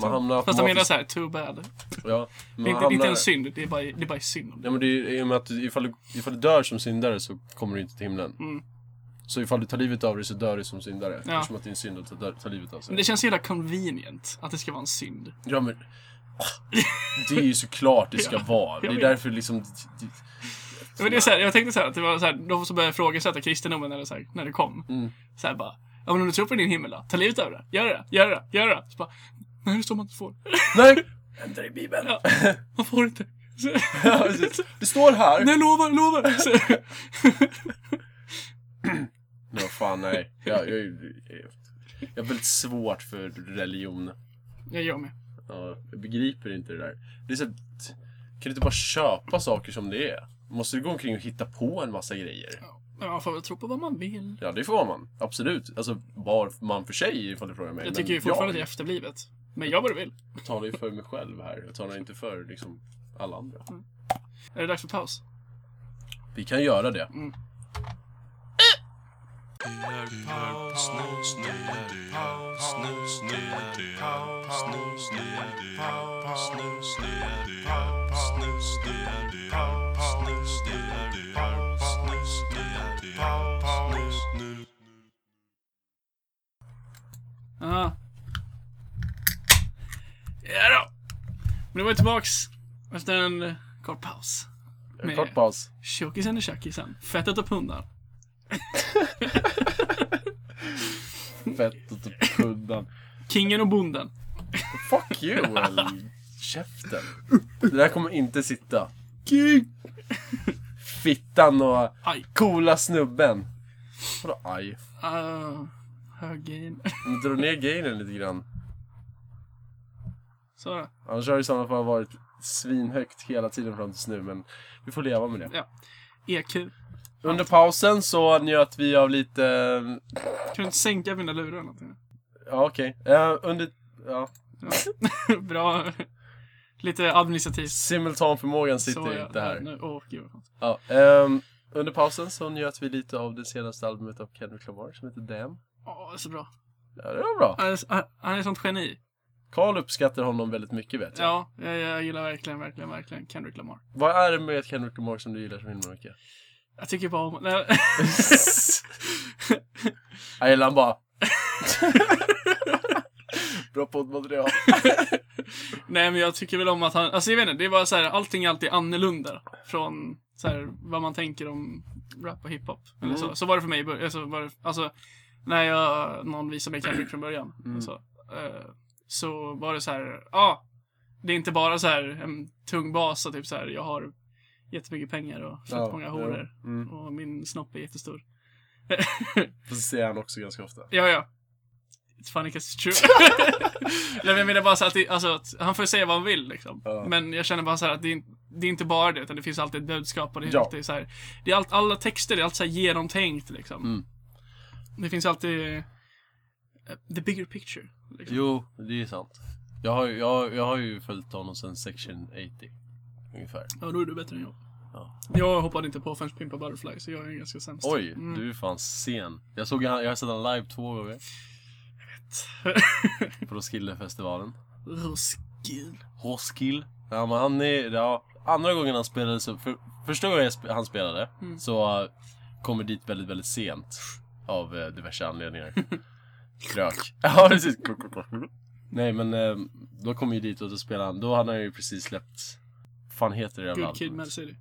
[SPEAKER 2] Man hamnar
[SPEAKER 1] Fast jag menar
[SPEAKER 2] automatiskt...
[SPEAKER 1] så här, too bad.
[SPEAKER 2] Ja,
[SPEAKER 1] Det är
[SPEAKER 2] man
[SPEAKER 1] inte, det är inte
[SPEAKER 2] hamnar...
[SPEAKER 1] en synd, det är bara, det är bara synd. om det.
[SPEAKER 2] Nej men det är ju i och med att du, ifall, du, ifall du dör som syndare så kommer du inte till himlen.
[SPEAKER 1] Mm.
[SPEAKER 2] Så ifall du tar livet av dig så dör du som syndare.
[SPEAKER 1] Ja.
[SPEAKER 2] Eftersom att det är en synd att ta, ta livet av sig.
[SPEAKER 1] Men det känns så jävla convenient att det ska vara en synd.
[SPEAKER 2] Ja men... Det är ju såklart det ska
[SPEAKER 1] Ja,
[SPEAKER 2] vara. Det
[SPEAKER 1] jag
[SPEAKER 2] är
[SPEAKER 1] vet.
[SPEAKER 2] därför liksom...
[SPEAKER 1] Men det är så här, jag tänkte så här, att det var så här, de som började ifrågasätta kristendomen när det, så här, när det kom.
[SPEAKER 2] Mm.
[SPEAKER 1] Så här bara, ja men om du tror på din himmel då, ta livet av det. Gör det, gör det, gör det. Så bara, nej det står man inte får.
[SPEAKER 2] Nej! Händer i Bibeln.
[SPEAKER 1] Ja. Man får inte. Så,
[SPEAKER 2] Ja, precis. det står här. Nej
[SPEAKER 1] nej lovar, lovar. Så,
[SPEAKER 2] no, fan nej. Jag, jag, är- jag har väldigt svårt för religion.
[SPEAKER 1] jag gör med.
[SPEAKER 2] Ja, jag begriper inte det där. Det är så, här, t- kan du inte bara köpa saker som det är? Måste du gå omkring och hitta på en massa grejer?
[SPEAKER 1] Ja, men man får väl tro på vad man vill.
[SPEAKER 2] Ja, det får man. Absolut. Alltså, var man för sig ifall du frågar mig.
[SPEAKER 1] Jag tycker ju fortfarande det är efterblivet. Men gör vad du vill.
[SPEAKER 2] Jag talar ju för mig själv här. Jag talar inte för liksom alla andra.
[SPEAKER 1] Mm. Är det dags för paus?
[SPEAKER 2] Vi kan göra det.
[SPEAKER 1] Mm. Ja. Ja då. Men då var jag tillbaks efter en kort paus.
[SPEAKER 2] En
[SPEAKER 1] Med-
[SPEAKER 2] kort paus.
[SPEAKER 1] Tjockisen är tjockisen. Fettet och pundan.
[SPEAKER 2] Fettet och typ puddan.
[SPEAKER 1] Kingen och bonden.
[SPEAKER 2] Fuck you! Well, käften. Det där kommer inte sitta. Kuk. Fittan och
[SPEAKER 1] Aj.
[SPEAKER 2] coola snubben. Vadå aj?
[SPEAKER 1] Uh, hög gain.
[SPEAKER 2] Men Dra ner gainen lite grann.
[SPEAKER 1] Så,
[SPEAKER 2] Annars har det i sådana fall varit svinhögt hela tiden fram tills nu, men vi får leva med det.
[SPEAKER 1] ja. EQ. Kan
[SPEAKER 2] Under pausen så njöt vi av lite...
[SPEAKER 1] du inte sänka mina lurar eller någonting?
[SPEAKER 2] Ja, okej. Eh, under... Ja.
[SPEAKER 1] Ja. Bra. Lite administrativt.
[SPEAKER 2] Simultanförmågan
[SPEAKER 1] Så,
[SPEAKER 2] sitter
[SPEAKER 1] ja.
[SPEAKER 2] inte
[SPEAKER 1] Ja,
[SPEAKER 2] här.
[SPEAKER 1] nu- Åh, gud vad skönt.
[SPEAKER 2] Ja, ehm, under pausen så njöt vi lite av det senaste albumet av Kendrick Lamar som heter Damn.
[SPEAKER 1] Åh, det är så bra.
[SPEAKER 2] Ja, det var bra.
[SPEAKER 1] Han är, han- han är ett sånt geni.
[SPEAKER 2] Carl uppskattar honom väldigt mycket vet jag.
[SPEAKER 1] Ja, jag, jag gillar verkligen, verkligen, verkligen Kendrick Lamar.
[SPEAKER 2] Vad är det med Kendrick Lamar som du gillar så himla mycket?
[SPEAKER 1] Jag tycker bara om... Nej.
[SPEAKER 2] jag gillar han bara. bra poddmaterial.
[SPEAKER 1] Nej, men jag tycker väl om att han... Alltså, jag vet inte. Det är bara så här, allting är alltid annorlunda från så här, vad man tänker om rap och hiphop. Eller så.
[SPEAKER 2] Mm.
[SPEAKER 1] så var det för mig i början. Alltså, var det, alltså, när jag, någon visade mig Kendrick från början.
[SPEAKER 2] Mm.
[SPEAKER 1] Och så, eh, så var det så här, ja, ah, det är inte bara så här en tung bas och typ så här, jag har jättemycket pengar och fett många horor.
[SPEAKER 2] Ja. Mm.
[SPEAKER 1] Och min snopp är jättestor.
[SPEAKER 2] Fast det ser han också ganska ofta.
[SPEAKER 1] Ja, ja. It's funny 'cause it's true. Nej, men jag menar bara så att, det, alltså, att han får säga vad han vill liksom.
[SPEAKER 2] Ja.
[SPEAKER 1] Men jag känner bara så här att det är, in- det är inte bara det, utan det finns alltid ett budskap och det är
[SPEAKER 2] Ja.
[SPEAKER 1] alltid så här, det är allt, alla texter är alltid så här genomtänkt liksom.
[SPEAKER 2] Mm.
[SPEAKER 1] Det finns alltid eh, the bigger picture. Liksom.
[SPEAKER 2] Jo, det är sant. Jag har, ju- jag, har- jag har ju följt honom sedan section 80. Ungefär.
[SPEAKER 1] Ja, då är du bättre än jag.
[SPEAKER 2] Ja.
[SPEAKER 1] Jag hoppade inte på förrän Pimpa Butterfly, så jag är ganska sämst.
[SPEAKER 2] Oj, du är fan sen. Jag, såg, han- jag har sett honom live två gånger. På Roskildefestivalen.
[SPEAKER 1] Roskil.
[SPEAKER 2] Roskilde. Ja, men han är, ja, andra gången han spelade, så, för, första gången jag sp- han spelade,
[SPEAKER 1] Mm.
[SPEAKER 2] så eh, kommer dit väldigt, väldigt sent. Av eh, diverse anledningar. Krök. Ja, precis. Nej, men eh, då kom ju dit och då spelade han, då hade han ju precis släppt, vad fan heter det jävla
[SPEAKER 1] Good Kid,
[SPEAKER 2] albumet?
[SPEAKER 1] Mad City.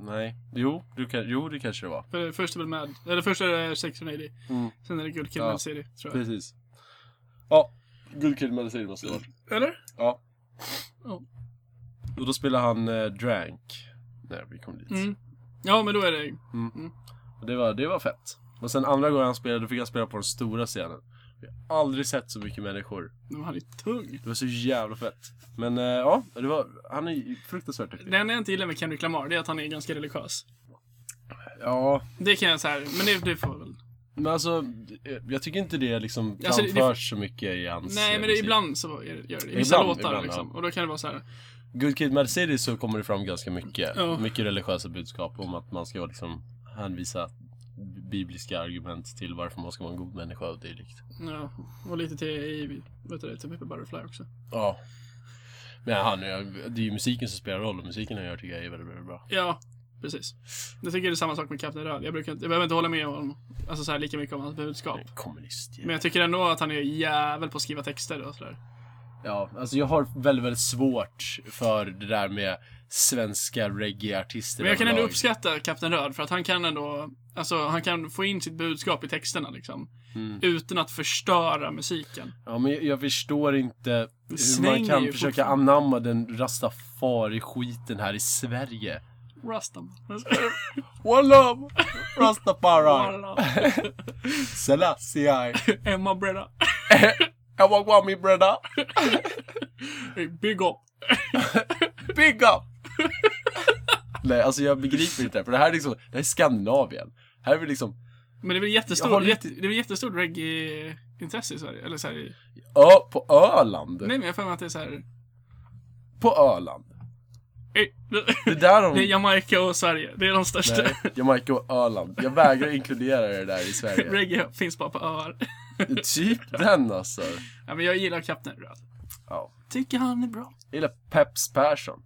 [SPEAKER 2] Nej, jo, du kan, jo, det kanske det var.
[SPEAKER 1] För det första är väl Mad, eller först är det 680.
[SPEAKER 2] Mm.
[SPEAKER 1] Sen är det Good Kid,
[SPEAKER 2] Ja.
[SPEAKER 1] Mad City, tror jag.
[SPEAKER 2] Precis. Ja, Good Kid Mad City måste det ha varit.
[SPEAKER 1] Eller?
[SPEAKER 2] Ja.
[SPEAKER 1] Ja.
[SPEAKER 2] Och då spelar han eh, Drank. När vi kom dit.
[SPEAKER 1] Mm. Ja, men då är det...
[SPEAKER 2] Och det, var, det var fett. Och sen andra gången han spelade, då fick han spela på den stora scenen. Jag har aldrig sett så mycket människor.
[SPEAKER 1] Men han är tung.
[SPEAKER 2] Det var så jävla fett. Men eh, ja, det var, han är ju fruktansvärt duktig.
[SPEAKER 1] Det enda jag inte gillar med Kendrick Lamar, det är att han är ganska religiös.
[SPEAKER 2] Ja,
[SPEAKER 1] Det kan jag säga, men det, det får väl...
[SPEAKER 2] men alltså eh, jag tycker inte det liksom
[SPEAKER 1] Alltså, det-
[SPEAKER 2] framförs så mycket i hans
[SPEAKER 1] Nej,
[SPEAKER 2] eh,
[SPEAKER 1] men det,
[SPEAKER 2] musik.
[SPEAKER 1] ibland så är det- gör det det. I vissa
[SPEAKER 2] Ibland,
[SPEAKER 1] låtar
[SPEAKER 2] ibland,
[SPEAKER 1] liksom. Och då kan det vara så här.
[SPEAKER 2] Good Kid Mad City så kommer det fram ganska mycket.
[SPEAKER 1] Ja.
[SPEAKER 2] Mycket religiösa budskap om att man ska liksom hänvisa bibliska argument till varför man ska vara en god människa och dylikt.
[SPEAKER 1] Ja, och lite till i, vet du det, till Pippi Butterfly också.
[SPEAKER 2] Ja. Men han, är- det är ju musiken som spelar roll och musiken han gör tycker jag är väldigt, väldigt bra.
[SPEAKER 1] Ja, precis. Jag tycker det är samma sak med Kapten Röd. Jag, brukar inte, jag behöver inte hålla med om alltså så här, lika mycket om hans budskap.
[SPEAKER 2] Han är en kommunist.
[SPEAKER 1] Men jag tycker ändå att han är jävel på att skriva texter och sådär.
[SPEAKER 2] Ja, alltså jag har väldigt, väldigt svårt för det där med svenska reggae-artister.
[SPEAKER 1] Men jag kan ändå
[SPEAKER 2] överlag.
[SPEAKER 1] uppskatta Kapten Röd för att han kan ändå, alltså han kan få in sitt budskap i texterna liksom.
[SPEAKER 2] Mm.
[SPEAKER 1] Utan att förstöra musiken.
[SPEAKER 2] Ja, men jag, jag förstår inte hur
[SPEAKER 1] Släng
[SPEAKER 2] man
[SPEAKER 1] är
[SPEAKER 2] kan
[SPEAKER 1] ju
[SPEAKER 2] försöka
[SPEAKER 1] fortfarande-
[SPEAKER 2] anamma den rastafari-skiten här i Sverige.
[SPEAKER 1] Rustam.
[SPEAKER 2] One love, Rastafari,
[SPEAKER 1] Walla.
[SPEAKER 2] Selassie,
[SPEAKER 1] Emma Breda.
[SPEAKER 2] Awagwami breda,
[SPEAKER 1] Big up.
[SPEAKER 2] big up! Nej, alltså jag begriper inte det här, för det här är liksom, det här är Skandinavien. Här är vi liksom,
[SPEAKER 1] Men det är väl jättestor,
[SPEAKER 2] Jag har lite-
[SPEAKER 1] jätte, det är väl jättestort reggae-intresse i Sverige? Eller så här, i-
[SPEAKER 2] ö, på Öland.
[SPEAKER 1] nej men jag har för mig att det är så här.
[SPEAKER 2] På Öland.
[SPEAKER 1] Ey,
[SPEAKER 2] Det är där de...
[SPEAKER 1] Det är Jamaica och Sverige. Det är de största.
[SPEAKER 2] Nej, Jamaica och Öland. Jag vägrar inkludera det där i Sverige.
[SPEAKER 1] Reggae finns bara på öar.
[SPEAKER 2] Typ den alltså.
[SPEAKER 1] ja, men jag gillar Kapten Röd.
[SPEAKER 2] Ja.
[SPEAKER 1] Tycker han är bra.
[SPEAKER 2] Jag gillar Peps Persson.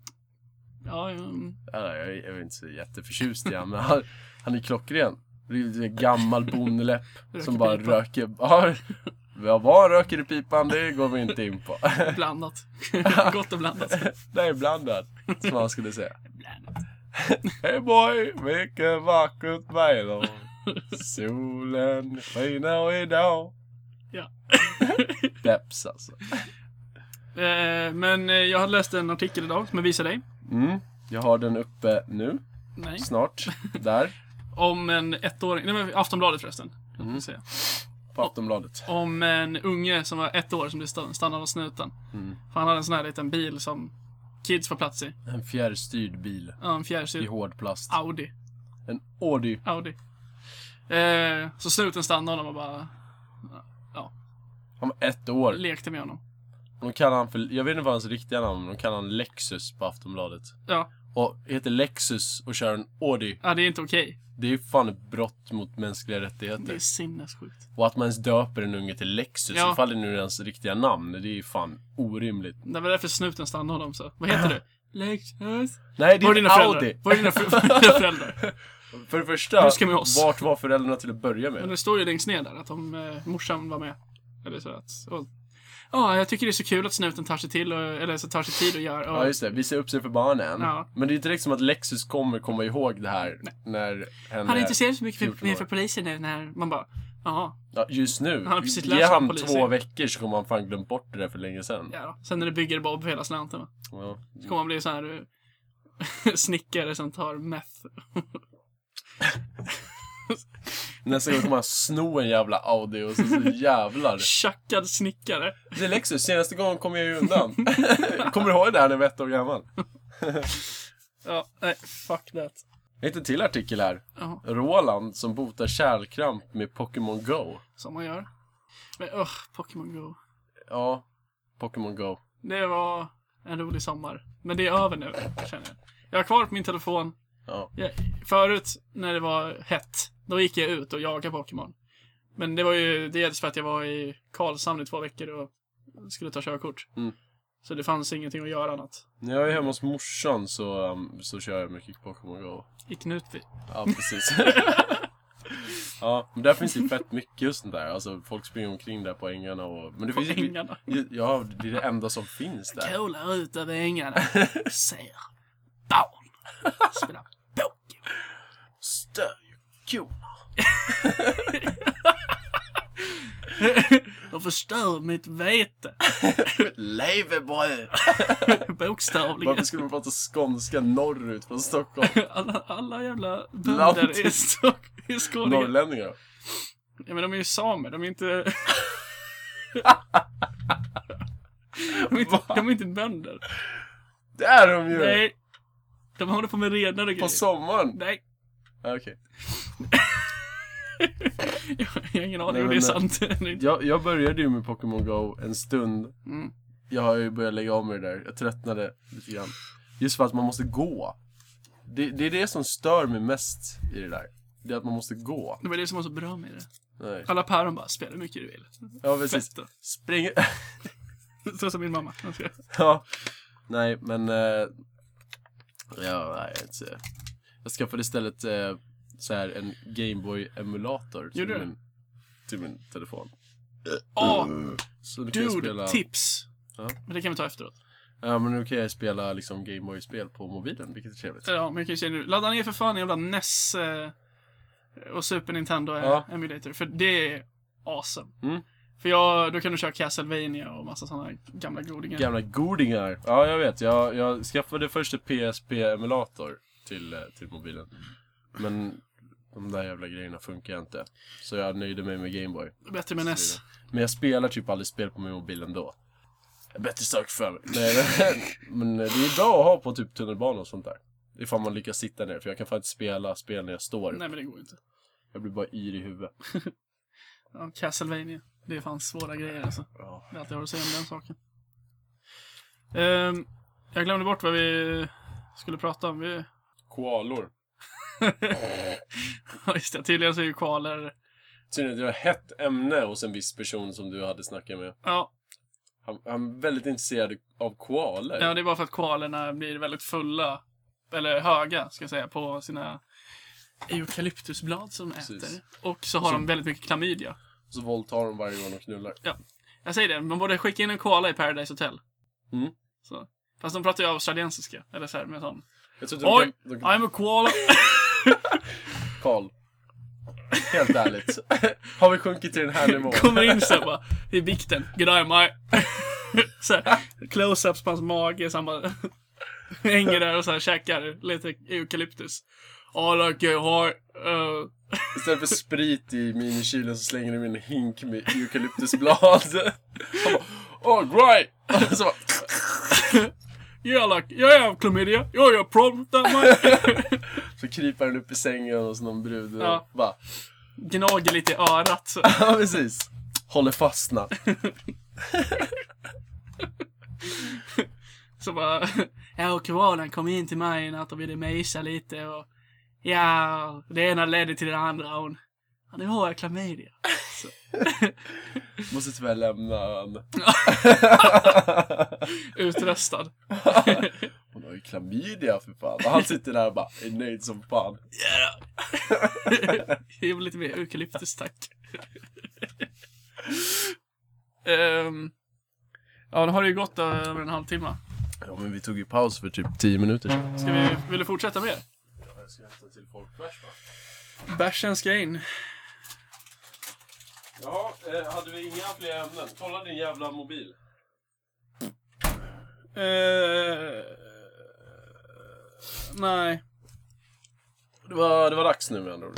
[SPEAKER 1] Ja, ja, mm.
[SPEAKER 2] Eller, jag är jag är inte så jätteförtjust i honom, men han, han är klockren. Det är en gammal bondeläpp
[SPEAKER 1] Röker
[SPEAKER 2] som bara
[SPEAKER 1] pipa.
[SPEAKER 2] röker. Ja, ja, vad han röker i pipan, det går vi inte in på.
[SPEAKER 1] blandat. Gott och blandat.
[SPEAKER 2] Det är blandat, som han skulle säga.
[SPEAKER 1] blandat.
[SPEAKER 2] Hej boy, vilket vackert väder. Solen skiner idag.
[SPEAKER 1] Ja.
[SPEAKER 2] Peps alltså.
[SPEAKER 1] Eh, men eh, jag hade läst en artikel idag som jag visade dig.
[SPEAKER 2] Mm, jag har den uppe nu,
[SPEAKER 1] Nej.
[SPEAKER 2] snart. Där,
[SPEAKER 1] Om en ettåring. Nej, men Aftonbladet förresten. Mm. Säga.
[SPEAKER 2] på Aftonbladet.
[SPEAKER 1] Om en unge som var ett år som blev sta- stannad av snuten. För han hade en sån här liten bil som kids får plats i.
[SPEAKER 2] En fjärrstyrd bil
[SPEAKER 1] Ja, En
[SPEAKER 2] i
[SPEAKER 1] fjärrstyrd
[SPEAKER 2] hård plast.
[SPEAKER 1] Audi.
[SPEAKER 2] En Audi.
[SPEAKER 1] Audi. Eh, så snuten stannade honom och bara
[SPEAKER 2] Han var ett år.
[SPEAKER 1] lekte med honom.
[SPEAKER 2] De kallar han för, jag vet inte vad hans riktiga namn är, men de kallar han Lexus på Aftonbladet.
[SPEAKER 1] Ja,
[SPEAKER 2] Och heter Lexus och kör en Audi,
[SPEAKER 1] ja det är inte okej.
[SPEAKER 2] det är ju fan ett brott mot mänskliga
[SPEAKER 1] Det
[SPEAKER 2] rättigheter.
[SPEAKER 1] är sinnessjukt.
[SPEAKER 2] Och att man ens döper en unge till Lexus,
[SPEAKER 1] Ja.
[SPEAKER 2] ifall det nu är hans riktiga namn, det är ju fan orimligt.
[SPEAKER 1] Det var därför snuten stannade honom så. Vad heter du? Lexus.
[SPEAKER 2] Nej, det
[SPEAKER 1] Var är
[SPEAKER 2] är
[SPEAKER 1] dina
[SPEAKER 2] en
[SPEAKER 1] föräldrar?
[SPEAKER 2] Audi!
[SPEAKER 1] Var är dina, fr- var är dina föräldrar?
[SPEAKER 2] För det första,
[SPEAKER 1] Du ska med oss.
[SPEAKER 2] vart var föräldrarna till att börja
[SPEAKER 1] Men
[SPEAKER 2] med?
[SPEAKER 1] det står ju längst ner där att om eh, morsan var med. Eller så att... Och, ja, jag tycker det är så kul att snuten tar sig till och, eller så tar sig tid och gör.
[SPEAKER 2] Ja
[SPEAKER 1] Och,
[SPEAKER 2] just det, visa upp sig för barnen.
[SPEAKER 1] Ja.
[SPEAKER 2] Men det är ju inte direkt som att Lexus kommer komma ihåg det här när henne
[SPEAKER 1] han intresserar sig mycket för,
[SPEAKER 2] 14
[SPEAKER 1] mer
[SPEAKER 2] år.
[SPEAKER 1] för polisen nu när man bara Jaha,
[SPEAKER 2] Ja, just nu.
[SPEAKER 1] Han har precis
[SPEAKER 2] Ge
[SPEAKER 1] lärt sig
[SPEAKER 2] han
[SPEAKER 1] polisen.
[SPEAKER 2] två veckor så kommer han fan glömt bort det där för länge sedan.
[SPEAKER 1] ja då. Sen när det bygger Bob för hela slanten. va.
[SPEAKER 2] Ja.
[SPEAKER 1] Så kommer man bli så här eh, snickare som tar meth.
[SPEAKER 2] Nästa gång kommer han sno en jävla Audi och så, så jävlar.
[SPEAKER 1] Tjackad snickare.
[SPEAKER 2] Det är Lexus, senaste gången kom jag ju undan. kommer du ihåg det här när jag var ett år gammal?
[SPEAKER 1] Ja, nej, fuck that.
[SPEAKER 2] Jag hittade en till artikel här.
[SPEAKER 1] Ja,
[SPEAKER 2] Roland som botar kärlkramp med Pokémon Go.
[SPEAKER 1] som man gör. Men ugh, Pokémon Go.
[SPEAKER 2] Ja, Pokémon Go.
[SPEAKER 1] Det var en rolig sommar. Men det är över nu, känner jag. Jag har kvar på min telefon.
[SPEAKER 2] Ja.
[SPEAKER 1] Jag, förut, när det var hett, då gick jag ut och jagade Pokémon. Men det var ju dels för att jag var i Karlshamn i två veckor och skulle ta körkort.
[SPEAKER 2] Mm.
[SPEAKER 1] Så det fanns ingenting att göra annat.
[SPEAKER 2] När jag är hemma hos morsan så, um, så kör jag mycket Pokémon Go.
[SPEAKER 1] I Knutby.
[SPEAKER 2] Ja, precis. ja, men där finns det fett mycket just den där. Alltså, folk springer omkring där på ängarna och... Men det
[SPEAKER 1] På
[SPEAKER 2] finns ju-
[SPEAKER 1] ängarna.
[SPEAKER 2] Ja, det är det enda som finns där.
[SPEAKER 1] Kolar ut över ängarna. Ser barn. Spelar Pokémon.
[SPEAKER 2] Stör ju korna.
[SPEAKER 1] De förstör mitt vete.
[SPEAKER 2] Leverbröd!
[SPEAKER 1] Bokstavligen.
[SPEAKER 2] Varför skulle man prata skånska norrut från Stockholm?
[SPEAKER 1] Alla, alla jävla
[SPEAKER 2] Lantis.
[SPEAKER 1] bönder i, Stock- i Skåne.
[SPEAKER 2] Norrlänningar då?
[SPEAKER 1] Ja, men de är ju samer, de är inte... de, är inte
[SPEAKER 2] Va?
[SPEAKER 1] de är inte bönder.
[SPEAKER 2] Det är de ju!
[SPEAKER 1] Nej. De håller på med renare grejer.
[SPEAKER 2] På sommaren!
[SPEAKER 1] Nej,
[SPEAKER 2] Ja, Okej.
[SPEAKER 1] jag har ingen aning
[SPEAKER 2] Nej,
[SPEAKER 1] om det är
[SPEAKER 2] men-
[SPEAKER 1] sant eller inte.
[SPEAKER 2] Jag, jag började ju med Pokémon Go en stund.
[SPEAKER 1] Mm.
[SPEAKER 2] Jag har ju börjat lägga av med det där. Jag tröttnade lite grann. Just för att man måste gå. Det, det är det som stör mig mest i det där. Det är att man måste gå.
[SPEAKER 1] Det var det som var så bra med det.
[SPEAKER 2] Nej.
[SPEAKER 1] Alla päron bara, spela hur mycket du vill.
[SPEAKER 2] Ja, precis.
[SPEAKER 1] Fett då.
[SPEAKER 2] Spring...
[SPEAKER 1] Så som min mamma. Jag ska-
[SPEAKER 2] Ja. Nej, men... Eh, ja, nej, jag vet inte. Jag skaffade istället eh, så här en Gameboy-emulator till
[SPEAKER 1] Gjorde du?
[SPEAKER 2] min, till min telefon.
[SPEAKER 1] Åh,
[SPEAKER 2] Så nu kan jag
[SPEAKER 1] "Ah, dude,
[SPEAKER 2] spela...
[SPEAKER 1] tips!
[SPEAKER 2] Ja.
[SPEAKER 1] Men det kan vi ta efteråt.
[SPEAKER 2] Ja, men nu kan jag spela liksom Gameboy-spel på mobilen, vilket är trevligt.
[SPEAKER 1] Ja, men jag kan ju säga nu. Ladda ner för fan jävla NES eh, och Super Nintendo eh,
[SPEAKER 2] Ja.
[SPEAKER 1] Emulator. För det är awesome.
[SPEAKER 2] Mm.
[SPEAKER 1] För jag, då kan du köra Castlevania och massa sådana gamla godingar.
[SPEAKER 2] Gamla godingar! Ja, jag vet. Jag, jag skaffade först en PSP-emulator till, eh, till mobilen. Men de där jävla grejerna funkar inte. Så jag nöjde mig med Gameboy.
[SPEAKER 1] Bättre med E NES.
[SPEAKER 2] Men jag spelar typ aldrig spel på min mobil ändå. Bättre sak för mig. Nej, men, men det är bra att ha på typ tunnelbana och sånt där. Ifall man lyckas sitta ner, för jag kan fan inte spela spel när jag står upp.
[SPEAKER 1] Nej, men det går ju inte.
[SPEAKER 2] Jag blir bara yr i huvudet.
[SPEAKER 1] Ja, Castlevania. Det är fan svåra grejer alltså.
[SPEAKER 2] Ja.
[SPEAKER 1] Det är allt jag har att säga om den saken. Ehm, jag glömde bort vad vi skulle prata om. Vi...
[SPEAKER 2] Koalor.
[SPEAKER 1] Ja, Just det, tydligen så är ju kvaler...
[SPEAKER 2] Synd att det var hett ämne hos en viss person som du hade snackat med.
[SPEAKER 1] Ja,
[SPEAKER 2] Han, han är väldigt intresserad av koalor.
[SPEAKER 1] Ja, det är bara för att koalerna blir väldigt fulla, eller höga ska jag säga, på sina eukalyptusblad som de
[SPEAKER 2] Precis.
[SPEAKER 1] äter. Och så har de väldigt mycket klamydia.
[SPEAKER 2] Så våldtar de varje gång de knullar.
[SPEAKER 1] Jag säger det, man borde skicka in en koala i Paradise Hotel.
[SPEAKER 2] Mm.
[SPEAKER 1] Så. Fast de pratar ju australiensiska, eller så här med sån.
[SPEAKER 2] Jag tror
[SPEAKER 1] Oj!
[SPEAKER 2] inte de kan... De kan
[SPEAKER 1] I'm a koala!
[SPEAKER 2] Karl. Helt ärligt. Har vi sjunkit till den här nivån?
[SPEAKER 1] Kommer in så här bara, i vikten. G'day my. så här, close-ups på hans mage, så han bara hänger där och så här käkar lite eukalyptus. All I can heart, uh,
[SPEAKER 2] Istället för sprit i minikylen så slänger de in en hink med eukalyptusblad. Han bara, oh great! Och så bara,
[SPEAKER 1] Yeah, like, yeah, I have chlamydia. Yeah, you have a problem with that, mate.
[SPEAKER 2] så kryper han upp i sängen hos någon brud och
[SPEAKER 1] Ja.
[SPEAKER 2] bara,
[SPEAKER 1] Gnager lite i örat. Så.
[SPEAKER 2] ja precis. Håller fastna.
[SPEAKER 1] så bara, ja, och koalan kom in till mig i natt och ville mysa lite och ja, det ena ledde till det andra och hon, ja, nu har jag klamydia. Så.
[SPEAKER 2] Måste tyvärr lämna ön.
[SPEAKER 1] Utröstad.
[SPEAKER 2] Hon har ju klamydia för fan. Och han sitter där och bara, är nöjd som fan.
[SPEAKER 1] Ge mig lite mer eukalyptus, tack. Ehm, ja, nu har det ju gått eh, över en halvtimme.
[SPEAKER 2] Ja men vi tog ju paus för typ 10 minuter sedan.
[SPEAKER 1] Ska vi, vill du fortsätta mer?
[SPEAKER 2] Jag ska hämta till folkbärs va?
[SPEAKER 1] Bärsen ska in.
[SPEAKER 2] eh, hade vi inga fler ämnen? Kolla din jävla mobil.
[SPEAKER 1] Eh, nej.
[SPEAKER 2] Det var, det var dags nu med andra ord.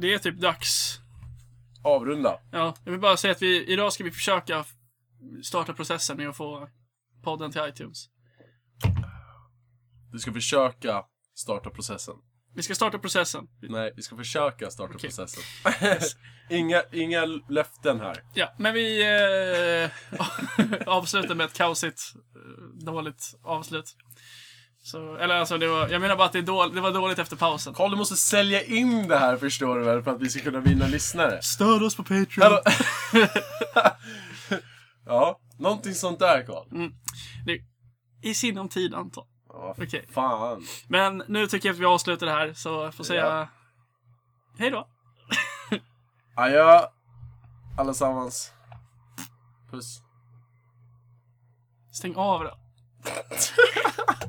[SPEAKER 1] Det är typ dags.
[SPEAKER 2] Avrunda.
[SPEAKER 1] Ja, jag vill bara säga att vi, idag ska vi försöka f- starta processen med att få podden till iTunes.
[SPEAKER 2] Du ska försöka starta processen.
[SPEAKER 1] Vi ska starta processen.
[SPEAKER 2] Nej, vi ska försöka starta
[SPEAKER 1] Okej.
[SPEAKER 2] processen. inga, inga löften här.
[SPEAKER 1] Ja, men vi eh, avslutar med ett kaosigt, eh, dåligt avslut. Så, eller alltså, det var, jag menar bara att det, är dåligt, det var dåligt efter pausen.
[SPEAKER 2] Karl, du måste sälja in det här förstår du väl, för att vi ska kunna vinna lyssnare.
[SPEAKER 1] Stöd oss på Patreon!
[SPEAKER 2] Hallå. ja, någonting sånt där Karl.
[SPEAKER 1] Mm. Det, I sinom tid, Anton.
[SPEAKER 2] Ja,
[SPEAKER 1] Okej.
[SPEAKER 2] fan.
[SPEAKER 1] Men nu tycker jag att vi avslutar det här, så jag får säga...
[SPEAKER 2] Ja.
[SPEAKER 1] Hej då!
[SPEAKER 2] Adjö, allesammans. Puss.
[SPEAKER 1] Stäng av då.